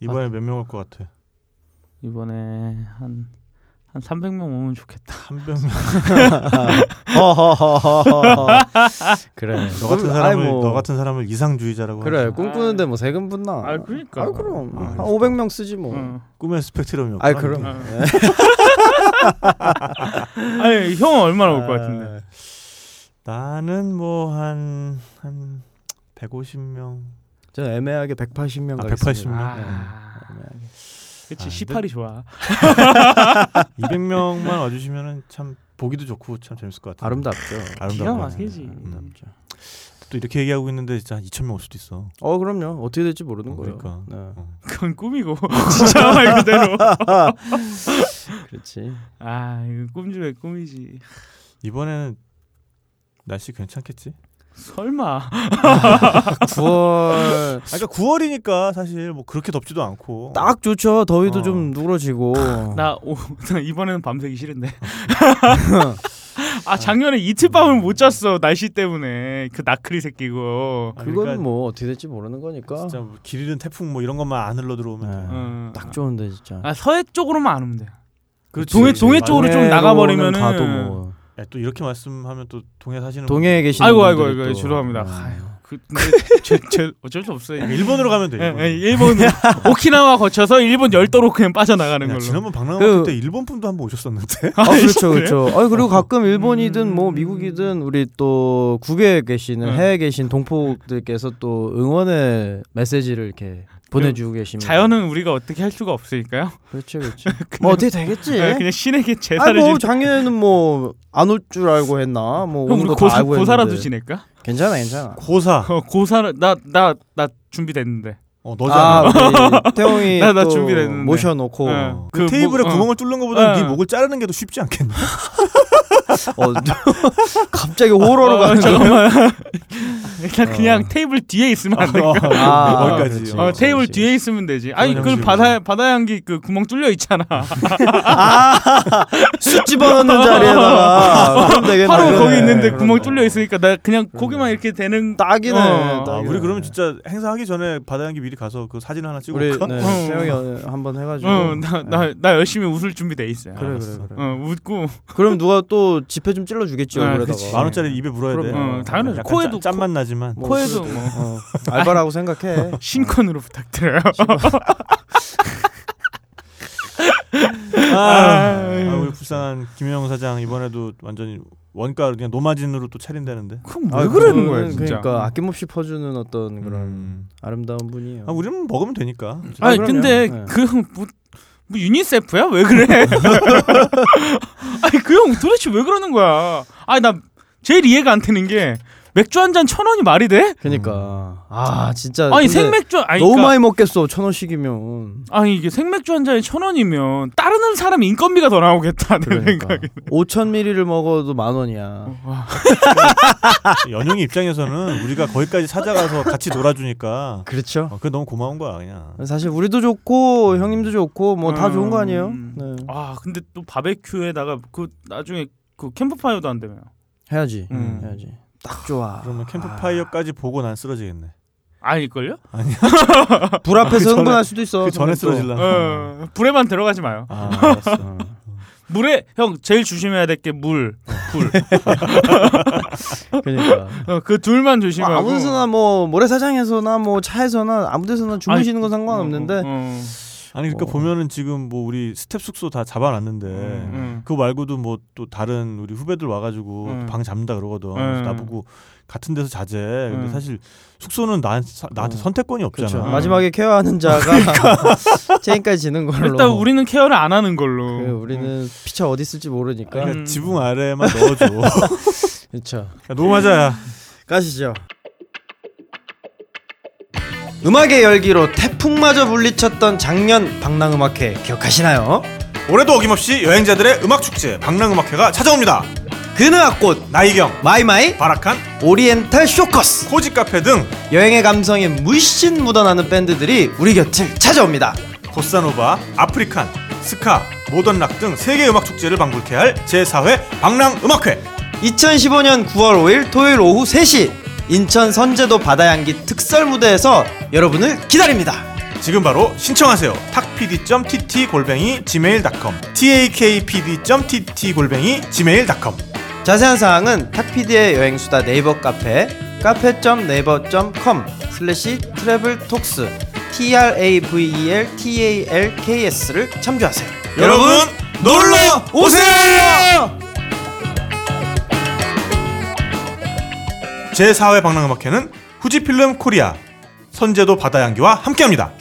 이번에 몇 명 올 것 같아? 이번에 한, 한 300명 오면 좋겠다. 아, 300명. 어, 허허허허허. 그래. 너 같은 어. 아이, 사람을 뭐, 너 같은 사람을 이상주의자라고 그래. 하지. 꿈꾸는데 뭐 세금 붙나? 아, 그러니까. 아, 그럼. 아, 한 그러니까. 500명 쓰지 뭐. 응. 꿈의 스펙트럼이 아이, 그럼. 없구나, 네. 이게. 아니 형은 얼마나 올 것 같은데? 네. 나는 뭐 한 한 150명. 저는 애매하게 180명 아, 가겠습니다. 180 명. 아, 그치 18이 좋아. 200명만 와 주시면은 참 보기도 좋고 참 재밌을 것 같아. 아름답죠. 기가 아름다운 거. 막히지. 아름답죠. 음. 또 이렇게 얘기하고 있는데 진짜 한 2,000명 올 수도 있어. 어, 그럼요. 어떻게 될지 모르는 어, 거예요. 그러니까. 네. 어. 그건 꿈이고 진짜 말 그대로. 그렇지. 아 이거 꿈 중에 꿈이지. 이번에는 날씨 괜찮겠지? 설마. 9월 아, 그러니까 9월이니까 사실 뭐 그렇게 덥지도 않고 딱 좋죠. 더위도 어. 좀 누그러지고. 나, 오, 나 이번에는 밤새기 싫은데. 아 작년에 이틀 밤을 못 잤어 날씨 때문에 그 나크리 새끼고. 아, 그건 그러니까 뭐 어떻게 될지 모르는 거니까. 진짜 뭐 길이든 태풍 뭐 이런 것만 안 흘러 들어오면 네. 돼. 어. 딱 좋은데 진짜. 아 서해 쪽으로만 안 오면 돼. 그렇지. 동해- 동해 맞아. 쪽으로- 좀 동해로는 나가버리면은- 가도 뭐 야, 또 이렇게 말씀하면 또 동해 사시는 동해에 계신 아이고 아이고 아이고 죄송합니다. 네. 아유, 그 근데 제, 제 어쩔 수 없어요. 분들. 일본으로 가면 돼. 일본으로. 예, 예, 일본 오키나와 거쳐서 일본 열도로 그냥 빠져나가는 야, 걸로. 지난번 박람회 그- 때 일본 분도 한 번 오셨었는데. 아 그렇죠 그렇죠. 아 그리고 가끔 일본이든 어. 음. 네. 뭐 미국이든 우리 또 국외에 계시는 응. 해외에 계신 동포들께서 또 응원의 메시지를 이렇게 보내주고 계십니다. 그 자연은 우리가 어떻게 할 수가 없으니까요. 그렇죠 그렇죠. 뭐 어떻게 되겠지. 예, 그냥 신에게 아 제사를 뭐 지. 작년에는 뭐 안 올 줄 알고 했나 뭐 형 오는 우리 거다 고사, 알고 고사라도 했는데. 지낼까? 괜찮아 괜찮아 고사. 어, 고사를 나나 나 준비됐는데. 어, 너잖아. 아 우리 태용이 나- 나 또 준비됐는데. 모셔놓고 네. 어. 그 그 테이블에 목- 어. 구멍을 뚫는 것보다 예. 네 목을 자르는 게 더 쉽지 않겠니? 어, 갑자기 호러로 어, 가는 거 잠깐만. 일단 그냥 테이블 뒤에 있으면 안 돼. 아, 거기까지. 그렇지. 어, 어, 테이블 그렇지. 뒤에 있으면 되지. 아니 그런 그 형식으로. 바다 바다 향기 그 구멍 뚫려 있잖아. 아, 숯 집어넣는 자리에다가 그럼 되겠네. 바로 그래. 거기 있는데 그럼 구멍 뭐. 뚫려 있으니까 나 그냥 고기만 이렇게 되는. 딱이네 어. 아, 딱이네. 우리 그러면 진짜 행사하기 전에 바다 향기 미리 가서 어. 그 사진 하나 찍을까? 우리 응. 네, 태용이 오늘 한번 해가지고 네, 어나나나 열심히 웃을 준비 돼 있어요. 그래 그래 알았어. 그래 어 웃고 그럼 누가 또 지폐 좀 찔러주겠지 네, 얼굴에다가 그치. 만 원짜리 입에 물어야 돼. 그럼요. 어, 당연하죠. 약간 코에도 짠- 짠맛 나지만 뭐, 코에도 뭐 어, 알바라고 생각해 신컨으로 부탁드려요. 아, 아이. 아, 우리 불쌍한 김영 사장 이번에도 완전히 원가로 그냥 노마진으로 또 차린다는데. 음. 그럼 아, 왜 그러는 그거는 거야 진짜? 그러니까 아낌없이 퍼주는 어떤 그런 음. 아름다운 분이에요. 아, 우리는 먹으면 되니까. 아니, 그럼요. 근데 네. 그 형 뭐, 뭐 유니세프야 왜 그래? 아니 그 형 도대체 왜 그러는 거야? 아니 나 제일 이해가 안 되는 게 맥주 한 잔 천 원이 말이 돼? 그러니까 아 진짜 아니 근데 생맥주 아니 너무 그러니까- 많이 먹겠어 천 원씩이면 아니 이게 생맥주 한 잔에 천 원이면 따르는 사람 인건비가 더 나오겠다 내 그러니까 생각에. 5천 미리를 먹어도 만 원이야. 와, 연영이 입장에서는 우리가 거기까지 찾아가서 같이 놀아주니까 그렇죠. 어, 그게 너무 고마운 거야 그냥. 사실 우리도 좋고 형님도 좋고 뭐 다 음. 좋은 거 아니에요? 네. 아 근데 또 바베큐에다가 그 나중에 그 캠프파이어도 안 되면. 해야지 음. 해야지 딱 좋아. 그러면 캠프파이어까지 보고 난 쓰러지겠네. 아닐걸요? 불 그 앞에서 전에- 흥분할 수도 있어. 그 전에 선생님 또. 쓰러질라. 어, 불에만 들어가지 마요. 아, 알았어. 어. 물에 형 제일 조심해야 될 게 물, 불. 그러니까 어, 그 둘만 조심하고. 아, 아무데서나 뭐 모래사장에서나 뭐 차에서나 아무데서나 주무시는 건 어, 상관없는데 어. 아니 그러니까 어. 보면은 지금 뭐 우리 스텝 숙소 다 잡아놨는데 음, 음. 그거 말고도 뭐 또 다른 우리 후배들 와가지고 음. 방 잡는다 그러거든. 그래서 음. 나보고 같은 데서 자재. 근데 음. 사실 숙소는 나, 나한테 음. 선택권이 없잖아. 그렇죠. 음. 마지막에 케어하는 자가 책임까지 지는 걸로. 일단 우리는 케어를 안 하는 걸로. 네. 그 우리는 피처 어디 있을지 모르니까. 그러니까 음. 지붕 아래만 넣어줘. 그렇죠. 야, 너무 맞아야. 가시죠. 음악의 열기로 태풍마저 물리쳤던 작년 방랑음악회 기억하시나요? 올해도 어김없이 여행자들의 음악 축제 방랑음악회가 찾아옵니다. 그느악꽃 나이경, 마이마이 바라칸, 오리엔탈 쇼커스 코지 카페 등 여행의 감성이 물씬 묻어나는 밴드들이 우리 곁을 찾아옵니다. 보사노바, 아프리칸, 스카, 모던락 등 세계 음악 축제를 방불케 할 제4회 방랑음악회. 2015년 9월 5일 토요일 오후 3시 인천 선제도 바다향기 특설 무대에서 여러분을 기다립니다. 지금 바로 신청하세요. 탁pd.tt 골뱅이 gmail.com, takpd.tt 골뱅이 gmail.com. 자세한 사항은 탁피디의 여행수다 네이버 카페 카페.네이버.com 슬래시 트래블톡스 E T-R-A-V-E-L-T-A-L-K-S를 참조하세요 여러분 놀러 오세요! 제4회 방랑음악회는 후지필름 코리아, 선제도 바다향기와 함께합니다.